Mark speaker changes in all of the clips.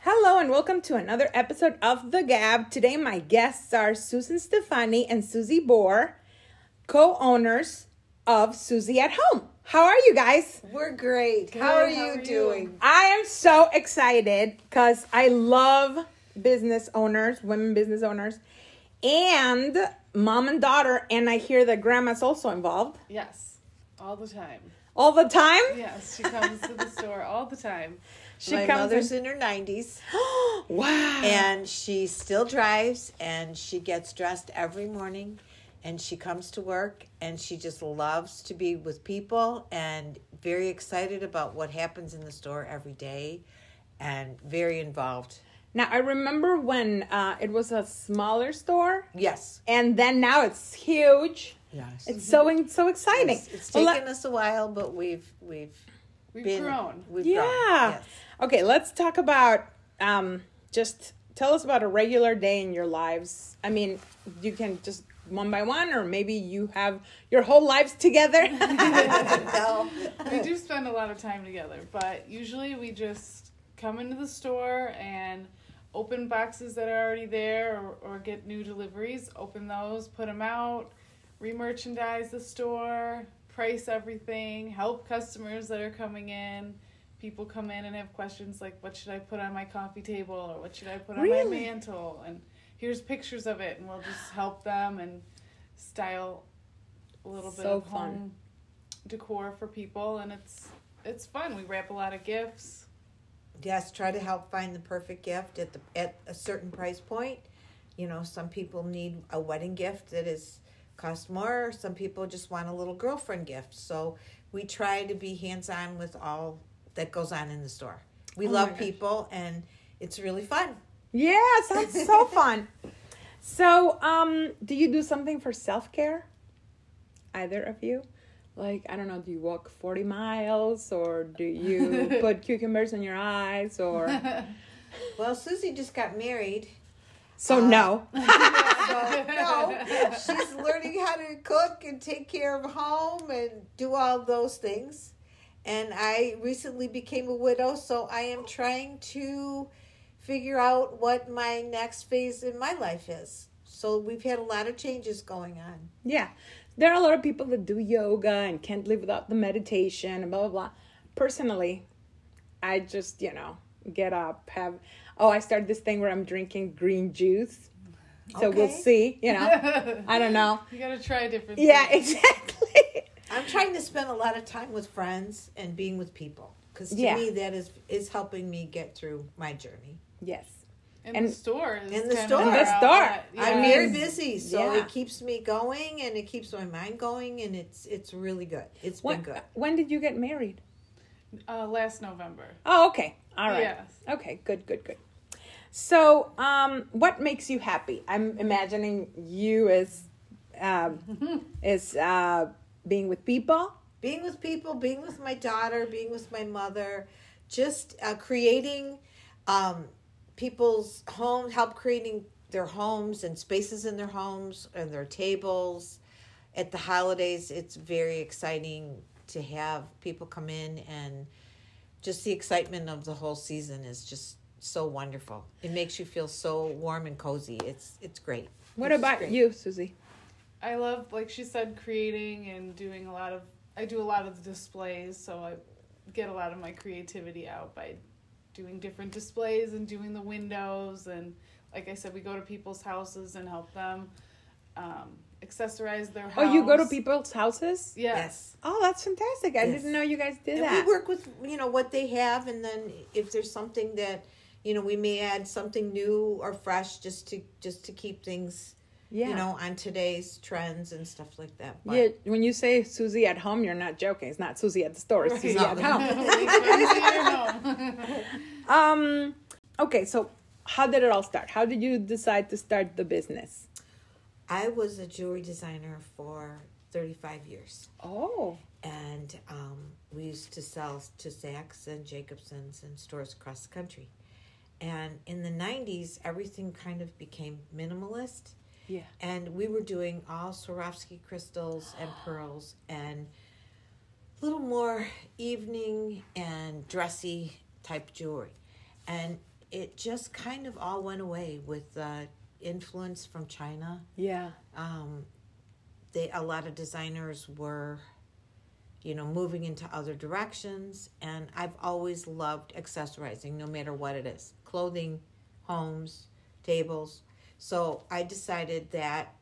Speaker 1: Hello and welcome to another episode of The Gab. Today, my guests are Susan Stefani and Susie Bohr, co owners of Susie at Home. How are you guys?
Speaker 2: We're great. how are you doing?
Speaker 1: I am so excited because I love business owners, women business owners, and mom and daughter, and I hear that grandma's also involved
Speaker 3: Yes, all the time.
Speaker 1: all the time.
Speaker 3: Yes, she comes to the store all the time. She
Speaker 2: My
Speaker 3: comes.
Speaker 2: mother's in
Speaker 3: in-
Speaker 2: her 90s
Speaker 1: Wow.
Speaker 2: and she still drives and she gets dressed every morning and she comes to work and she just loves to be with people and very excited about what happens in the store every day and very involved.
Speaker 1: Now, I remember when uh, it was a smaller store,
Speaker 2: Yes.
Speaker 1: and then now it's huge.
Speaker 2: Yes.
Speaker 1: It's so so exciting.
Speaker 2: It's, it's
Speaker 1: Well,
Speaker 2: taken
Speaker 1: let-
Speaker 2: us a while but we've we've
Speaker 3: we've
Speaker 2: been
Speaker 3: grown.
Speaker 2: We've
Speaker 1: yeah.
Speaker 2: grown. Yes.
Speaker 1: Okay, let's talk about um, just tell us about a regular day in your lives. I mean, you can just one by one, or maybe you have your whole lives together.
Speaker 2: No.
Speaker 3: We do spend a lot of time together, but usually we just come into the store and open boxes that are already there or, or get new deliveries, open those, put them out, re-merchandise the store, price everything, help customers that are coming in. People come in and have questions like, what should I put on my coffee table or what should I put on my
Speaker 1: Really?
Speaker 3: mantle? And here's pictures of it, and we'll just help them and style a little bit
Speaker 1: So
Speaker 3: of
Speaker 1: fun.
Speaker 3: home decor for people and it's it's fun. We wrap a lot of gifts.
Speaker 2: Yes, try to help find the perfect gift at the at a certain price point. You know, some people need a wedding gift that is cost more. Some people just want a little girlfriend gift. So we try to be hands on with all that goes on in the store. We
Speaker 1: Oh my
Speaker 2: love
Speaker 1: gosh.
Speaker 2: people, and it's really fun.
Speaker 1: yeah, sounds so fun. So, um, do you do something for self care? Either of you? Like, I don't know, do you walk 40 miles or do you put cucumbers in your eyes or
Speaker 2: Well, Susie just got married.
Speaker 1: so no.
Speaker 2: So, no, she's learning how to cook and take care of home and do all those things. And I recently became a widow, so I am trying to figure out what my next phase in my life is. So we've had a lot of changes going on.
Speaker 1: Yeah. There are a lot of people that do yoga and can't live without the meditation and blah blah blah. Personally, I just, you know, get up, have oh, I started this thing where I'm drinking green juice. So we'll
Speaker 2: Okay.
Speaker 1: see, you know. I don't know.
Speaker 3: you gotta try different
Speaker 1: Yeah,
Speaker 3: things.
Speaker 1: exactly.
Speaker 2: I'm trying to spend a lot of time with friends and being with people because to
Speaker 1: Yeah.
Speaker 2: me that is is helping me get through my journey.
Speaker 1: yes.
Speaker 3: And,
Speaker 1: And-
Speaker 3: the store is
Speaker 2: And the
Speaker 3: kind
Speaker 2: store.
Speaker 3: of
Speaker 2: And
Speaker 3: our
Speaker 1: the store.
Speaker 3: outlet.
Speaker 1: I
Speaker 2: I'm
Speaker 3: Yeah.
Speaker 2: very
Speaker 1: mean,
Speaker 2: busy, so
Speaker 1: yeah.
Speaker 2: it keeps me going and it keeps my mind going, and it's it's really good. It's
Speaker 1: When,
Speaker 2: been good.
Speaker 1: when did you get married?
Speaker 3: uh, last November.
Speaker 1: Oh, okay. All right.
Speaker 3: Yes.
Speaker 1: Okay, good, good, good. So, um, what makes you happy? I'm imagining you as
Speaker 2: Mm-hmm.
Speaker 1: um, is uh, being with people.
Speaker 2: Being with people, being with my daughter, being with my mother, just uh, creating um, people's home, help creating their homes and spaces in their homes and their tables. At the holidays, it's very exciting to have people come in and just the excitement of the whole season is just so wonderful. It makes you feel so warm and cozy. It's it's great.
Speaker 1: What
Speaker 2: It's
Speaker 1: about
Speaker 2: great.
Speaker 1: you, Susie?
Speaker 3: I love, like she said, creating and doing a lot of. I do a lot of displays, so I get a lot of my creativity out by doing different displays and doing the windows. And like I said, we go to people's houses and help them um, accessorize their house.
Speaker 1: Oh, you go to people's houses?
Speaker 3: Yes.
Speaker 1: Oh, that's fantastic! I
Speaker 2: Yes.
Speaker 1: didn't know you guys did
Speaker 2: And
Speaker 1: that.
Speaker 2: we work with you know what they have, and then if there's something that you know we may add something new or fresh just to just to keep things
Speaker 1: yeah.
Speaker 2: you know on today's trends and stuff like that. But
Speaker 1: yeah, when you say Susie at home, you're not joking. It's not Susie at the store. It's
Speaker 3: Right.
Speaker 1: Susie
Speaker 2: No.
Speaker 1: at home.
Speaker 3: Yes.
Speaker 1: Um, okay, so how did it all start? How did you decide to start the business?
Speaker 2: I was a jewelry designer for 35 years,
Speaker 1: Oh,
Speaker 2: and um, we used to sell to Saks and Jacobson's and stores across the country. And in the 90s, everything kind of became minimalist.
Speaker 1: yeah.
Speaker 2: and we were doing all Swarovski crystals and pearls and a little more evening and dressy type jewelry. And it just kind of all went away with uh, influence from China.
Speaker 1: Yeah.
Speaker 2: Um, they a lot of designers were, you know, moving into other directions, and I've always loved accessorizing, no matter what it is, clothing, homes, tables. So I decided that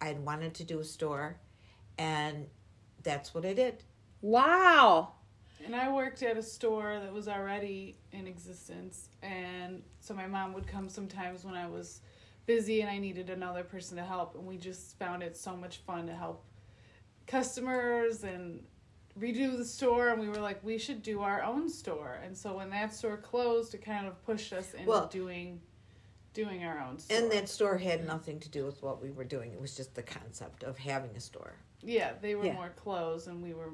Speaker 2: I wanted to do a store, and that's what I did.
Speaker 1: Wow.
Speaker 3: And I worked at a store that was already in existence. And so my mom would come sometimes when I was busy and I needed another person to help. And we just found it so much fun to help customers and redo the store. And we were like, we should do our own store. And so when that store closed, it kind of pushed us into
Speaker 2: Well-
Speaker 3: doing doing our own store.
Speaker 2: And that store had nothing to do with what we were doing. It was just the concept of having a store.
Speaker 3: yeah, they were
Speaker 1: Yeah.
Speaker 3: more clothes and we were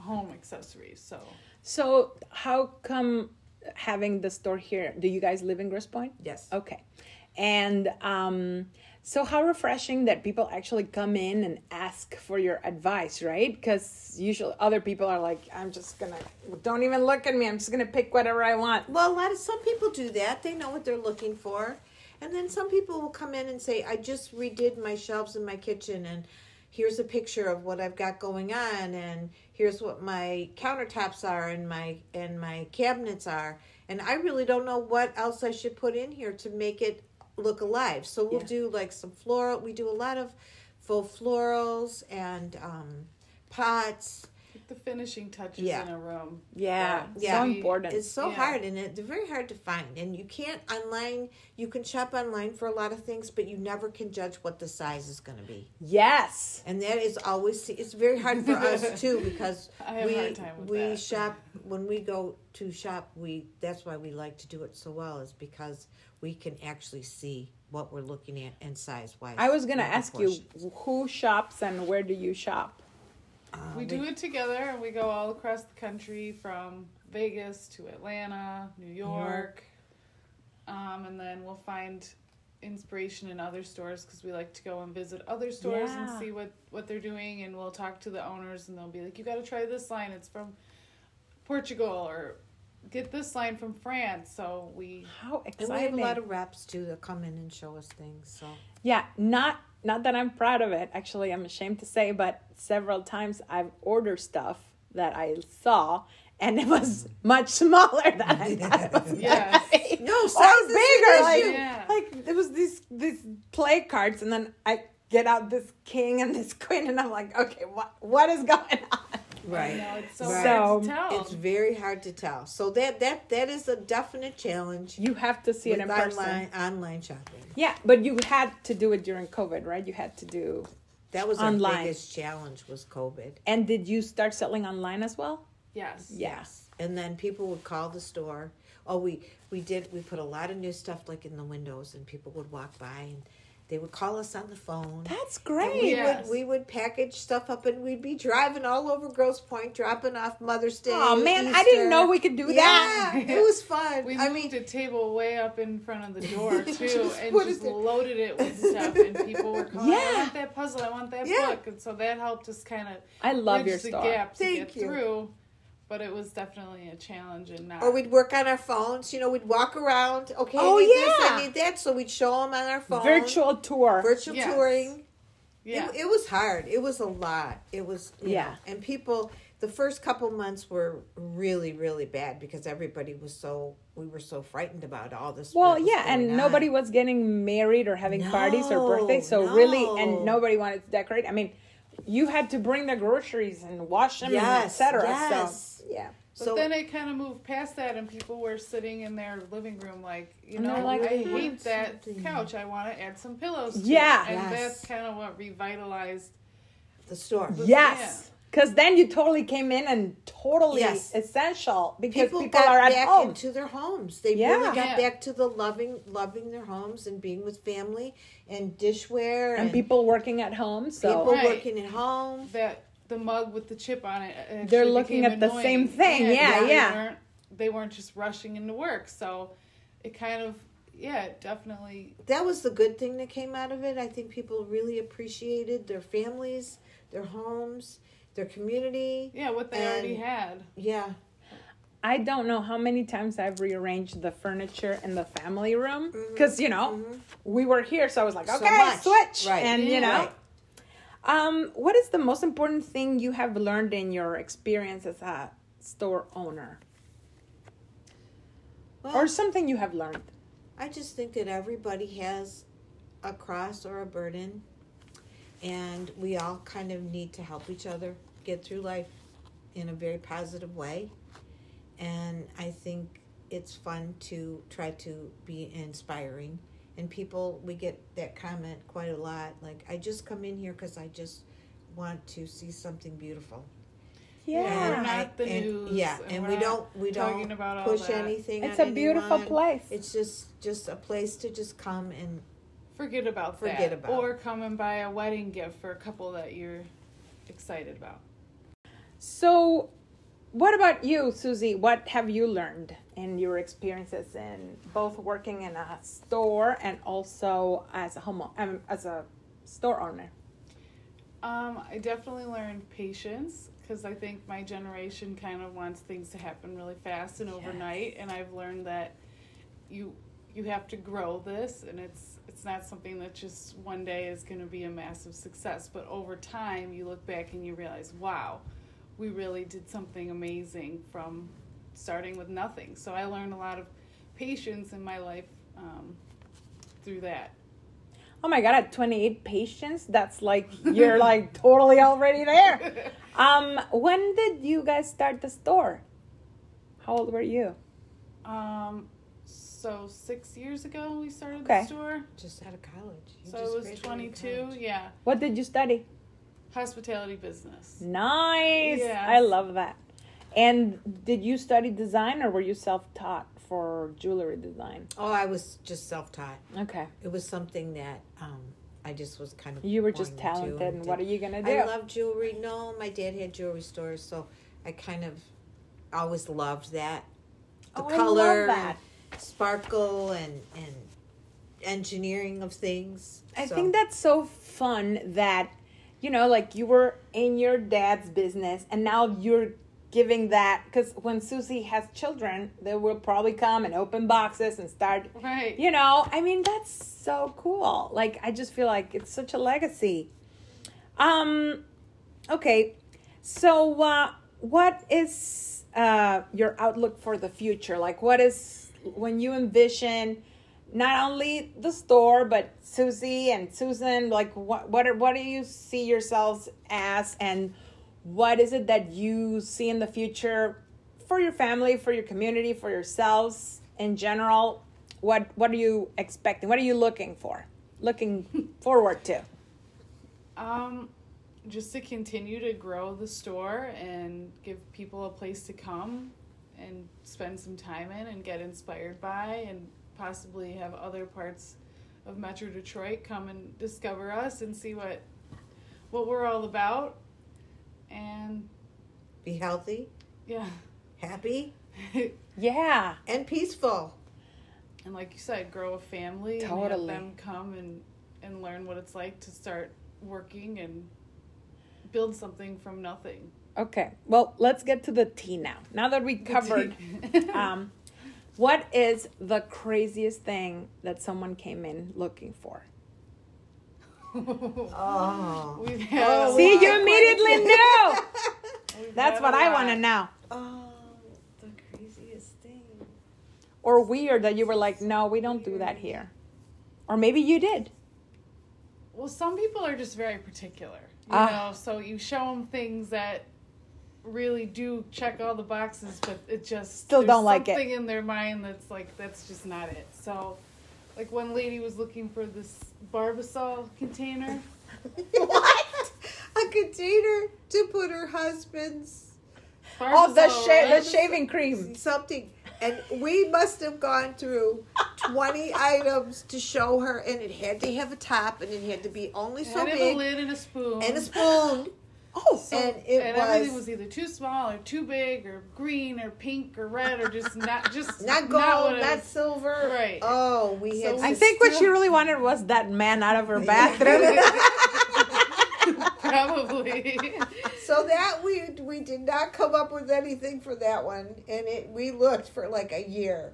Speaker 3: home accessories. So
Speaker 1: So how come having the store here? Do you guys live in Grosse Pointe?
Speaker 2: Yes.
Speaker 1: Okay. And um, so, how refreshing that people actually come in and ask for your advice, right? Because usually other people are like, I'm just gonna, don't even look at me, I'm just gonna pick whatever I want.
Speaker 2: Well, a lot of some people do that. They know what they're looking for. And then some people will come in and say, "I just redid my shelves in my kitchen and here's a picture of what I've got going on and here's what my countertops are and my and my cabinets are and I really don't know what else I should put in here to make it look alive." So we'll
Speaker 1: Yeah.
Speaker 2: do like some floral, we do a lot of faux florals and um pots
Speaker 3: like the finishing touches
Speaker 2: Yeah.
Speaker 3: in a room.
Speaker 1: Yeah,
Speaker 2: Yeah.
Speaker 1: so important.
Speaker 2: It's so
Speaker 3: Yeah.
Speaker 2: hard, and it, they're very hard to find. And you can't online. You can shop online for a lot of things, but you never can judge what the size is going to be.
Speaker 1: yes.
Speaker 2: And that is always it's very hard for us too because
Speaker 3: I have a
Speaker 2: we
Speaker 3: hard time with
Speaker 2: we
Speaker 3: that.
Speaker 2: shop when we go to shop. We that's why we like to do it so well is because we can actually see what we're looking at and size wise.
Speaker 1: I was gonna ask you who shops and where do you shop?
Speaker 3: We
Speaker 1: um,
Speaker 3: do it together and we go all across the country from Vegas to Atlanta, New York. Um, and then we'll find inspiration in other stores because we like to go and visit other stores
Speaker 1: Yeah.
Speaker 3: and see what, what they're doing. And we'll talk to the owners and they'll be like, you got to try this line. It's from Portugal or get this line from France. So we,
Speaker 1: How
Speaker 2: And we have a
Speaker 1: exciting!
Speaker 2: lot of reps too that come in and show us things. So
Speaker 1: Yeah, not not that I'm proud of it. Actually, I'm ashamed to say, but several times I've ordered stuff that I saw and it was much smaller than I thought. It was
Speaker 3: Yes.
Speaker 1: gonna be.
Speaker 2: no
Speaker 1: or bigger, like
Speaker 3: Yeah.
Speaker 1: like it was these these play cards, and then I get out this king and this queen, and I'm like, okay, what what is going on?
Speaker 3: you
Speaker 2: right.
Speaker 3: know, it's so
Speaker 1: Right.
Speaker 3: hard to
Speaker 1: So,
Speaker 3: tell.
Speaker 2: It's very hard to tell. So that that that is a definite challenge
Speaker 1: You have to see it in
Speaker 2: with
Speaker 1: person.
Speaker 2: online online shopping.
Speaker 1: Yeah, but you had to do it during COVID, right? You had to do.
Speaker 2: That was our
Speaker 1: Online.
Speaker 2: biggest challenge was COVID.
Speaker 1: And did you start selling online as well?
Speaker 3: yes.
Speaker 1: Yes.
Speaker 2: And then people would call the store. Oh, we we did we put a lot of new stuff like in the windows, and people would walk by and they would call us on the phone.
Speaker 1: That's
Speaker 2: And we,
Speaker 1: great.
Speaker 3: Yes.
Speaker 2: would, we would package stuff up and we'd be driving all over Grosse Pointe, dropping off Mother's Day.
Speaker 1: Oh man, I didn't
Speaker 2: Easter.
Speaker 1: know we could do that.
Speaker 2: Yeah, it was fun.
Speaker 3: We
Speaker 2: I
Speaker 3: moved
Speaker 2: mean,
Speaker 3: a table way up in front of the door too,
Speaker 2: Just
Speaker 3: and
Speaker 2: put
Speaker 3: just
Speaker 2: it there.
Speaker 3: loaded it with stuff. And people were calling, "I
Speaker 1: Yeah.
Speaker 3: want that puzzle, I want that
Speaker 2: Yeah.
Speaker 3: book," and so that helped us kind of
Speaker 1: I love
Speaker 3: bridge
Speaker 1: your
Speaker 3: the
Speaker 1: store.
Speaker 3: gap to
Speaker 2: Thank
Speaker 3: get
Speaker 2: you.
Speaker 3: through. But it was definitely a challenge, and not
Speaker 2: or we'd work on our phones. You know, we'd walk around. Okay,
Speaker 1: Oh,
Speaker 2: I need this, I
Speaker 1: yeah.
Speaker 2: need that. So we'd show them on our phone.
Speaker 1: Virtual tour.
Speaker 2: virtual
Speaker 3: Yes.
Speaker 2: touring.
Speaker 3: yeah,
Speaker 2: It, it was hard. It was a lot. It was you
Speaker 1: Yeah.
Speaker 2: know, and people. The first couple months were really, really bad because everybody was so we were so frightened about all this.
Speaker 1: well,
Speaker 2: that was
Speaker 1: yeah, and
Speaker 2: going on.
Speaker 1: nobody was getting married or having parties or birthdays, so
Speaker 2: No,
Speaker 1: really, and
Speaker 2: no.
Speaker 1: nobody wanted to decorate. I mean, you had to bring the groceries and wash them, and
Speaker 2: Yes,
Speaker 1: etc.
Speaker 2: yes.
Speaker 1: So yeah,
Speaker 3: But
Speaker 2: So
Speaker 3: then it kind of moved past that, and people were sitting in their living room, like, you
Speaker 1: And
Speaker 3: know,
Speaker 1: they're like,
Speaker 3: I
Speaker 1: "Hmm,
Speaker 3: hate that
Speaker 2: something."
Speaker 3: couch. I want to add some pillows. To it."
Speaker 1: Yeah.
Speaker 2: Yes.
Speaker 3: and that's kind of what revitalized.
Speaker 2: the store.
Speaker 1: yes, because then you totally came in and totally
Speaker 2: Yes.
Speaker 1: essential because
Speaker 2: People,
Speaker 1: people,
Speaker 2: got
Speaker 1: are at
Speaker 2: back
Speaker 1: home.
Speaker 2: into their homes. They
Speaker 1: Yeah.
Speaker 2: really got
Speaker 3: Yeah.
Speaker 2: back to the loving, loving their homes and being with family and dishware and,
Speaker 1: and people working at home, so
Speaker 2: people
Speaker 3: Right.
Speaker 2: working at home.
Speaker 3: that the mug with the chip on it. uh, actually
Speaker 1: They're looking
Speaker 3: became
Speaker 1: at the
Speaker 3: annoying.
Speaker 1: same thing. Yeah,
Speaker 3: they
Speaker 1: yeah.
Speaker 3: weren't- They weren't just rushing into work, so it kind of yeah, it definitely
Speaker 2: that was the good thing that came out of it. I think people really appreciated their families, their homes, their community.
Speaker 3: yeah what they already
Speaker 2: And-
Speaker 3: had.
Speaker 2: Yeah.
Speaker 1: I don't know how many times I've rearranged the furniture in the family room because you know we were here, so I was like,
Speaker 2: Mm-hmm. So
Speaker 1: okay,
Speaker 2: much.
Speaker 1: switch,
Speaker 2: Right.
Speaker 1: and you
Speaker 3: Yeah.
Speaker 1: know.
Speaker 2: Right.
Speaker 1: Um, what is the most important thing you have learned in your experience as a store owner,
Speaker 2: Well,
Speaker 1: or something you have learned?
Speaker 2: I just think that everybody has a cross or a burden, and we all kind of need to help each other get through life in a very positive way. And I think it's fun to try to be inspiring. And people, we get that comment quite a lot like, I just come in here because I just want to see something beautiful.
Speaker 3: Yeah.
Speaker 2: And
Speaker 3: We're
Speaker 1: Yeah,
Speaker 3: not
Speaker 2: I-
Speaker 3: the
Speaker 2: and-
Speaker 3: news,
Speaker 2: Yeah,
Speaker 3: and
Speaker 2: and
Speaker 3: we're
Speaker 2: we
Speaker 3: not
Speaker 2: don't, we
Speaker 3: talking
Speaker 2: don't
Speaker 3: about all
Speaker 2: push
Speaker 3: that.
Speaker 2: anything
Speaker 1: it's
Speaker 2: on
Speaker 1: a beautiful
Speaker 2: anyone.
Speaker 1: place.
Speaker 2: It's just just a place to just come and
Speaker 3: Forget about that.
Speaker 2: Forget about.
Speaker 3: Or come and buy a wedding gift for a couple that you're excited about.
Speaker 1: So, what about you, Susie? What have you learned in your experiences in both working in a store and also as a home um, as a store owner?
Speaker 3: Um, I definitely learned patience because I think my generation kind of wants things to happen really fast and overnight, and I've learned that you you have to grow this, and it's it's not something that just one day is going to be a massive success, but over time you look back and you realize, wow, we really did something amazing from starting with nothing. So I learned a lot of patience in my life um, through that.
Speaker 1: Oh my god, at 28 patients, that's like you're like totally already there. Um, when did you guys start the store? How old were you?
Speaker 3: Um, so six years ago we started
Speaker 1: Okay.
Speaker 3: the store.
Speaker 2: just out of college. You
Speaker 3: so
Speaker 2: just
Speaker 3: it was
Speaker 2: graduated
Speaker 3: 22.
Speaker 2: college.
Speaker 3: Yeah,
Speaker 1: What did you study?
Speaker 3: hospitality business.
Speaker 1: Nice.
Speaker 3: Yes.
Speaker 1: I love that. And did you study design or were you self-taught for jewelry design?
Speaker 2: Oh, I was just self-taught.
Speaker 1: Okay.
Speaker 2: It was something that um, I just was kind of.
Speaker 1: You were just
Speaker 2: born into
Speaker 1: talented, and what are
Speaker 2: did-
Speaker 1: you gonna do?
Speaker 2: I love jewelry. No, my dad had jewelry stores, so I kind of always loved that. The
Speaker 1: Oh, I love
Speaker 2: color, and
Speaker 1: that.
Speaker 2: sparkle, and and engineering of things.
Speaker 1: I
Speaker 2: So-
Speaker 1: think that's so fun that you know, like you were in your dad's business, and now you're giving that because when Susie has children, they will probably come and open boxes and start.
Speaker 3: Right.
Speaker 1: You know, I mean, that's so cool. Like, I just feel like it's such a legacy. Um, okay, so uh, what is uh, your outlook for the future? Like, what is when you envision not only the store but Susie and Susan? Like, what what are, what do you see yourselves as, and what is it that you see in the future for your family, for your community, for yourselves in general? What what are you expecting? What are you looking for? Looking forward to?
Speaker 3: Um, just to continue to grow the store and give people a place to come and spend some time in and get inspired by and possibly have other parts of Metro Detroit come and discover us and see what what we're all about. And
Speaker 2: be healthy,
Speaker 3: yeah.
Speaker 2: happy,
Speaker 1: Yeah.
Speaker 2: and peaceful.
Speaker 3: and like you said, grow a family
Speaker 1: Totally.
Speaker 3: and have them come and and learn what it's like to start working and build something from nothing.
Speaker 1: Okay. Well, let's get to the tea now. Now that we covered, um, what is the craziest thing that someone came in looking for?
Speaker 2: Oh.
Speaker 3: we've had,
Speaker 2: Oh,
Speaker 1: See,
Speaker 2: wow.
Speaker 1: you immediately knew.
Speaker 3: we've
Speaker 1: That's
Speaker 3: had
Speaker 1: what
Speaker 3: a
Speaker 1: I
Speaker 3: lot.
Speaker 1: want to know.
Speaker 2: Oh, the craziest thing.
Speaker 1: Or weird that you were like, no, we don't do that here. Or maybe you did.
Speaker 3: Well, some people are just very particular, you
Speaker 1: Ah.
Speaker 3: know. So you show them things that really do check all the boxes, but it just
Speaker 1: Still
Speaker 3: there's
Speaker 1: don't like it.
Speaker 3: something in their mind that's like that's just not it. So, like one lady was looking for this barbasol container.
Speaker 2: what? A container to put her husband's
Speaker 1: Oh, the,
Speaker 3: Barbasol,
Speaker 1: sha-
Speaker 3: right?
Speaker 1: the shaving cream.
Speaker 2: something. And we must have gone through 20 items to show her, and it had to have a top, and it had to be only so
Speaker 3: and a
Speaker 2: big,
Speaker 3: lid and a spoon.
Speaker 2: and a spoon.
Speaker 1: Oh,
Speaker 3: So-
Speaker 2: and it
Speaker 3: and
Speaker 2: was-
Speaker 3: everything was either too small or too big or green or pink or red or just not just
Speaker 2: Not
Speaker 3: what
Speaker 2: gold,
Speaker 3: it
Speaker 2: not
Speaker 3: was.
Speaker 2: silver.
Speaker 3: Right.
Speaker 2: Oh, we
Speaker 3: So
Speaker 2: had.
Speaker 1: I
Speaker 3: we
Speaker 2: to
Speaker 1: think what
Speaker 2: still-
Speaker 1: she really wanted was that man out of her bathroom.
Speaker 3: probably.
Speaker 2: so that we we did not come up with anything for that one, and it we looked for like a year.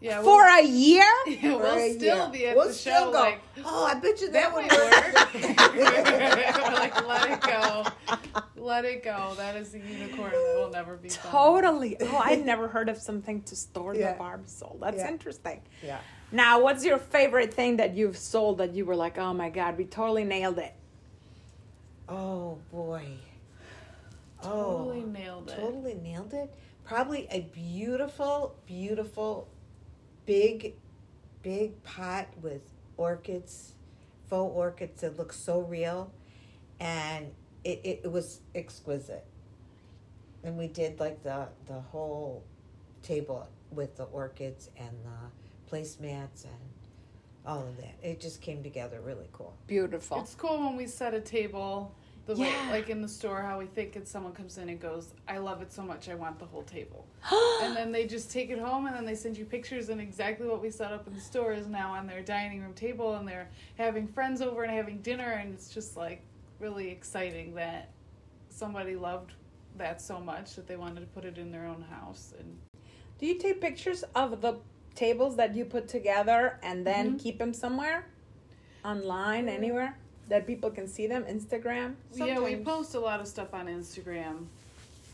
Speaker 3: Yeah,
Speaker 1: For a year?
Speaker 3: we'll,
Speaker 2: For a
Speaker 3: we'll still
Speaker 2: year.
Speaker 3: be at
Speaker 2: We'll
Speaker 3: the
Speaker 2: still
Speaker 3: show
Speaker 2: go,
Speaker 3: like
Speaker 2: oh, I bet you that,
Speaker 3: that
Speaker 2: one
Speaker 3: might
Speaker 2: worked.
Speaker 3: work. like let it go, let it go. That is the unicorn that will never be found.
Speaker 1: Totally. Oh, I never heard of something to store
Speaker 2: Yeah.
Speaker 1: the Barbie soul. That's
Speaker 2: Yeah.
Speaker 1: interesting.
Speaker 2: yeah.
Speaker 1: Now, what's your favorite thing that you've sold that you were like, oh my God, we totally nailed it?
Speaker 2: Oh boy.
Speaker 3: Totally
Speaker 2: oh,
Speaker 3: nailed it.
Speaker 2: totally nailed it. Probably a beautiful, beautiful, big, big pot with orchids, faux orchids that look so real, and it, it, it was exquisite. And we did like the the whole table with the orchids and the placemats and all of that. It just came together really cool.
Speaker 1: Beautiful.
Speaker 3: It's cool when we set a table. The way,
Speaker 1: Yeah.
Speaker 3: like in the store, how we think it's someone comes in and goes, "I love it so much, I want the whole table," and then they just take it home and then they send you pictures and exactly what we set up in the store is now on their dining room table and they're having friends over and having dinner and it's just like really exciting that somebody loved that so much that they wanted to put it in their own house and
Speaker 1: Do you take pictures of the tables that you put together and then keep them somewhere? Online, anywhere? That people can see them? Instagram?
Speaker 3: Yeah, we
Speaker 2: Sometimes.
Speaker 3: post a lot of stuff on Instagram.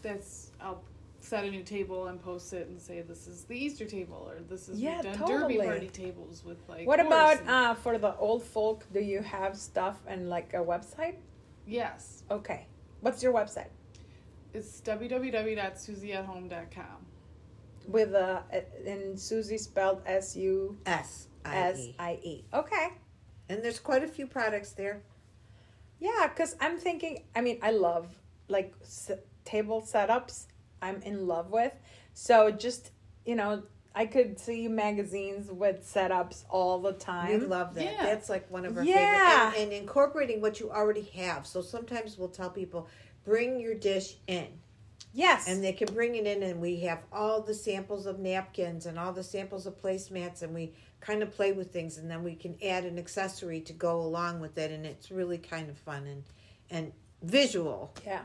Speaker 3: That's I'll set a new table and post it and say this is the Easter table or this is
Speaker 1: Yeah,
Speaker 3: we've done
Speaker 1: totally.
Speaker 3: derby party tables with like.
Speaker 1: What
Speaker 3: horse
Speaker 1: about
Speaker 3: and-
Speaker 1: uh, for the old folk? Do you have stuff and like a website?
Speaker 3: yes,
Speaker 1: Okay. What's your website?
Speaker 3: it's www.susieathome.com.
Speaker 1: With uh, and Susie spelled S U
Speaker 2: S I
Speaker 1: S
Speaker 2: E.
Speaker 1: I E. Okay.
Speaker 2: And there's quite a few products there.
Speaker 1: Yeah, because I'm thinking, I mean, I love like s- table setups, I'm in love with. So just, you know, I could see magazines with setups all the
Speaker 2: We
Speaker 1: time.
Speaker 2: love that.
Speaker 3: Yeah.
Speaker 2: That's like one of our
Speaker 1: Mm-hmm. Yeah.
Speaker 2: favorite. And, and incorporating what you already have. So sometimes we'll tell people, bring your dish in.
Speaker 1: yes.
Speaker 2: And they can bring it in, and we have all the samples of napkins and all the samples of placemats, and we kind of play with things, and then we can add an accessory to go along with it. And it's really kind of fun and, and visual.
Speaker 1: yeah.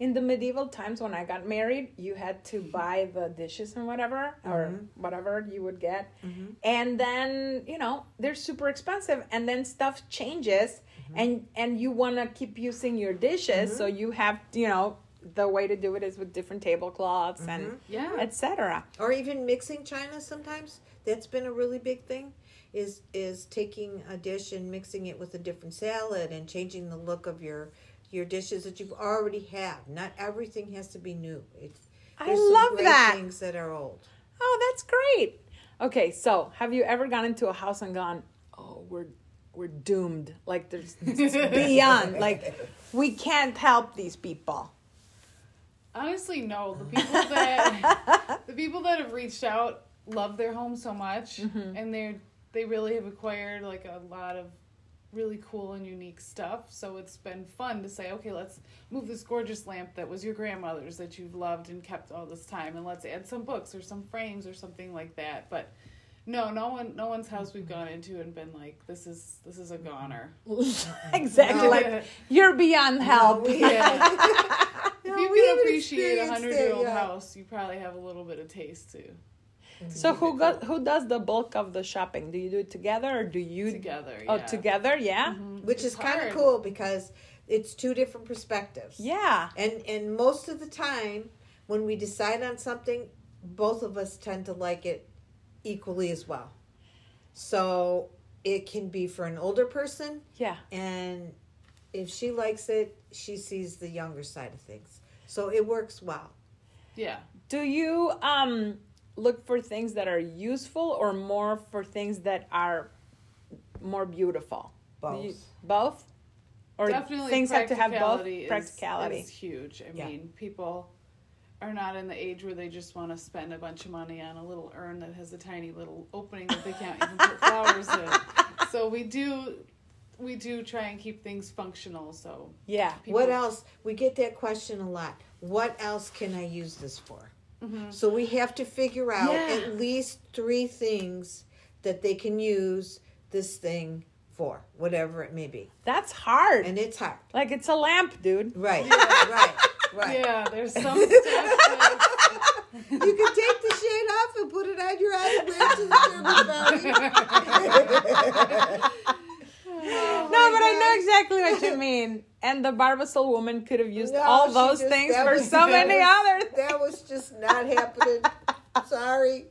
Speaker 1: In the medieval times when I got married, you had to buy the dishes and whatever, or whatever you would get. And then, you know, they're super expensive. And then stuff changes, and, and you want to keep using your dishes. So you have, you know, the way to do it is with different tablecloths and
Speaker 3: Yeah,
Speaker 1: etc.
Speaker 2: or even mixing china sometimes that's been a really big thing is is taking a dish and mixing it with a different salad and changing the look of your your dishes that you've already have not everything has to be new it's
Speaker 1: I
Speaker 2: there's some
Speaker 1: love
Speaker 2: great
Speaker 1: that.
Speaker 2: things that are old
Speaker 1: Oh, that's great. Okay, so have you ever gone into a house and gone, "Oh, we're we're doomed. Like there's it's beyond. Like we can't help these people."
Speaker 3: honestly, no. The people that the people that have reached out love their home so much,
Speaker 2: Mm-hmm.
Speaker 3: and they're they really have acquired like a lot of really cool and unique stuff. So it's been fun to say, okay, let's move this gorgeous lamp that was your grandmother's that you've loved and kept all this time, and let's add some books or some frames or something like that. But no, no one, no one's house we've
Speaker 2: Mm-hmm.
Speaker 3: gone into and been like, this is this is a goner.
Speaker 1: exactly. Like you're beyond help.
Speaker 2: we-
Speaker 3: Oh, Yeah.
Speaker 2: No,
Speaker 3: if you
Speaker 2: we
Speaker 3: can
Speaker 2: haven't
Speaker 3: appreciate a
Speaker 2: experienced
Speaker 3: hundred
Speaker 2: it
Speaker 3: year old
Speaker 2: yet.
Speaker 3: house, you probably have a little bit of taste too.
Speaker 1: so who got who does the bulk of the shopping? Do you do it together or do you
Speaker 3: Together,
Speaker 1: Oh,
Speaker 3: yeah. Mm-hmm.
Speaker 1: together, yeah.
Speaker 2: which is kind
Speaker 3: hard.
Speaker 2: of cool because it's two different perspectives
Speaker 1: Yeah.
Speaker 2: and and most of the time when we decide on something both of us tend to like it equally as well so it can be for an older person
Speaker 1: Yeah.
Speaker 2: and if she likes it she sees the younger side of things so it works well
Speaker 3: Yeah.
Speaker 1: Do you um look for things that are useful or more for things that are more beautiful? Do you-
Speaker 2: Both.
Speaker 1: both? Or
Speaker 3: Definitely
Speaker 1: things have to have both
Speaker 3: practicality is-
Speaker 1: practicality.
Speaker 3: Is, huge. I
Speaker 2: Yeah.
Speaker 3: mean, people are not in the age where they just want to spend a bunch of money on a little urn that has a tiny little opening that they can't even put flowers in. So we do we do try and keep things functional so
Speaker 1: yeah.
Speaker 2: what else we get that question a lot what else can i use this for so we have to figure out
Speaker 1: Mm-hmm. Yeah.
Speaker 2: at least three things that they can use this thing for whatever it may be
Speaker 1: That's hard.
Speaker 2: and it's hard
Speaker 1: like it's a lamp, dude.
Speaker 2: Right, right. Right.
Speaker 3: Yeah, there's some stuff that,
Speaker 2: You can take the shade off and put it on your eye and wear it to the
Speaker 3: Oh
Speaker 1: No, but I know exactly what you mean. And the Barbasol woman could have used
Speaker 2: No,
Speaker 1: all
Speaker 2: she
Speaker 1: those
Speaker 2: just-
Speaker 1: things
Speaker 2: that
Speaker 1: for
Speaker 2: was-
Speaker 1: so many
Speaker 2: that
Speaker 1: other.
Speaker 2: That was just not happening. Sorry.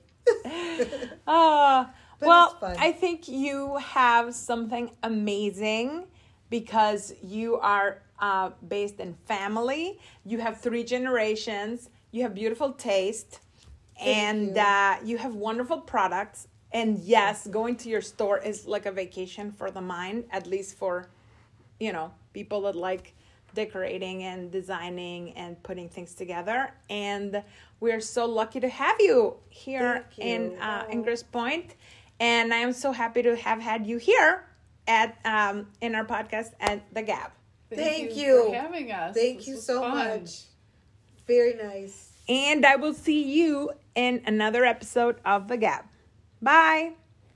Speaker 1: Uh,
Speaker 2: But
Speaker 1: well,
Speaker 2: it's fun.
Speaker 1: I think you have something amazing because you are uh, based in family. You have three generations. You have beautiful taste, and
Speaker 2: you.
Speaker 1: Uh, you have wonderful products. And yes, going to your store is like a vacation for the mind, at least for you know people that like decorating and designing and putting things together and we're so lucky to have you here
Speaker 2: Thank
Speaker 1: in
Speaker 2: you.
Speaker 1: uh, Ingress Point and I am so happy to have had you here at um, in our podcast at the Gap
Speaker 2: Thank you.
Speaker 3: for having us.
Speaker 2: Thank
Speaker 3: This
Speaker 2: you
Speaker 3: was
Speaker 2: so
Speaker 3: fun.
Speaker 2: much. Very nice.
Speaker 1: and I will see you in another episode of the Gap bye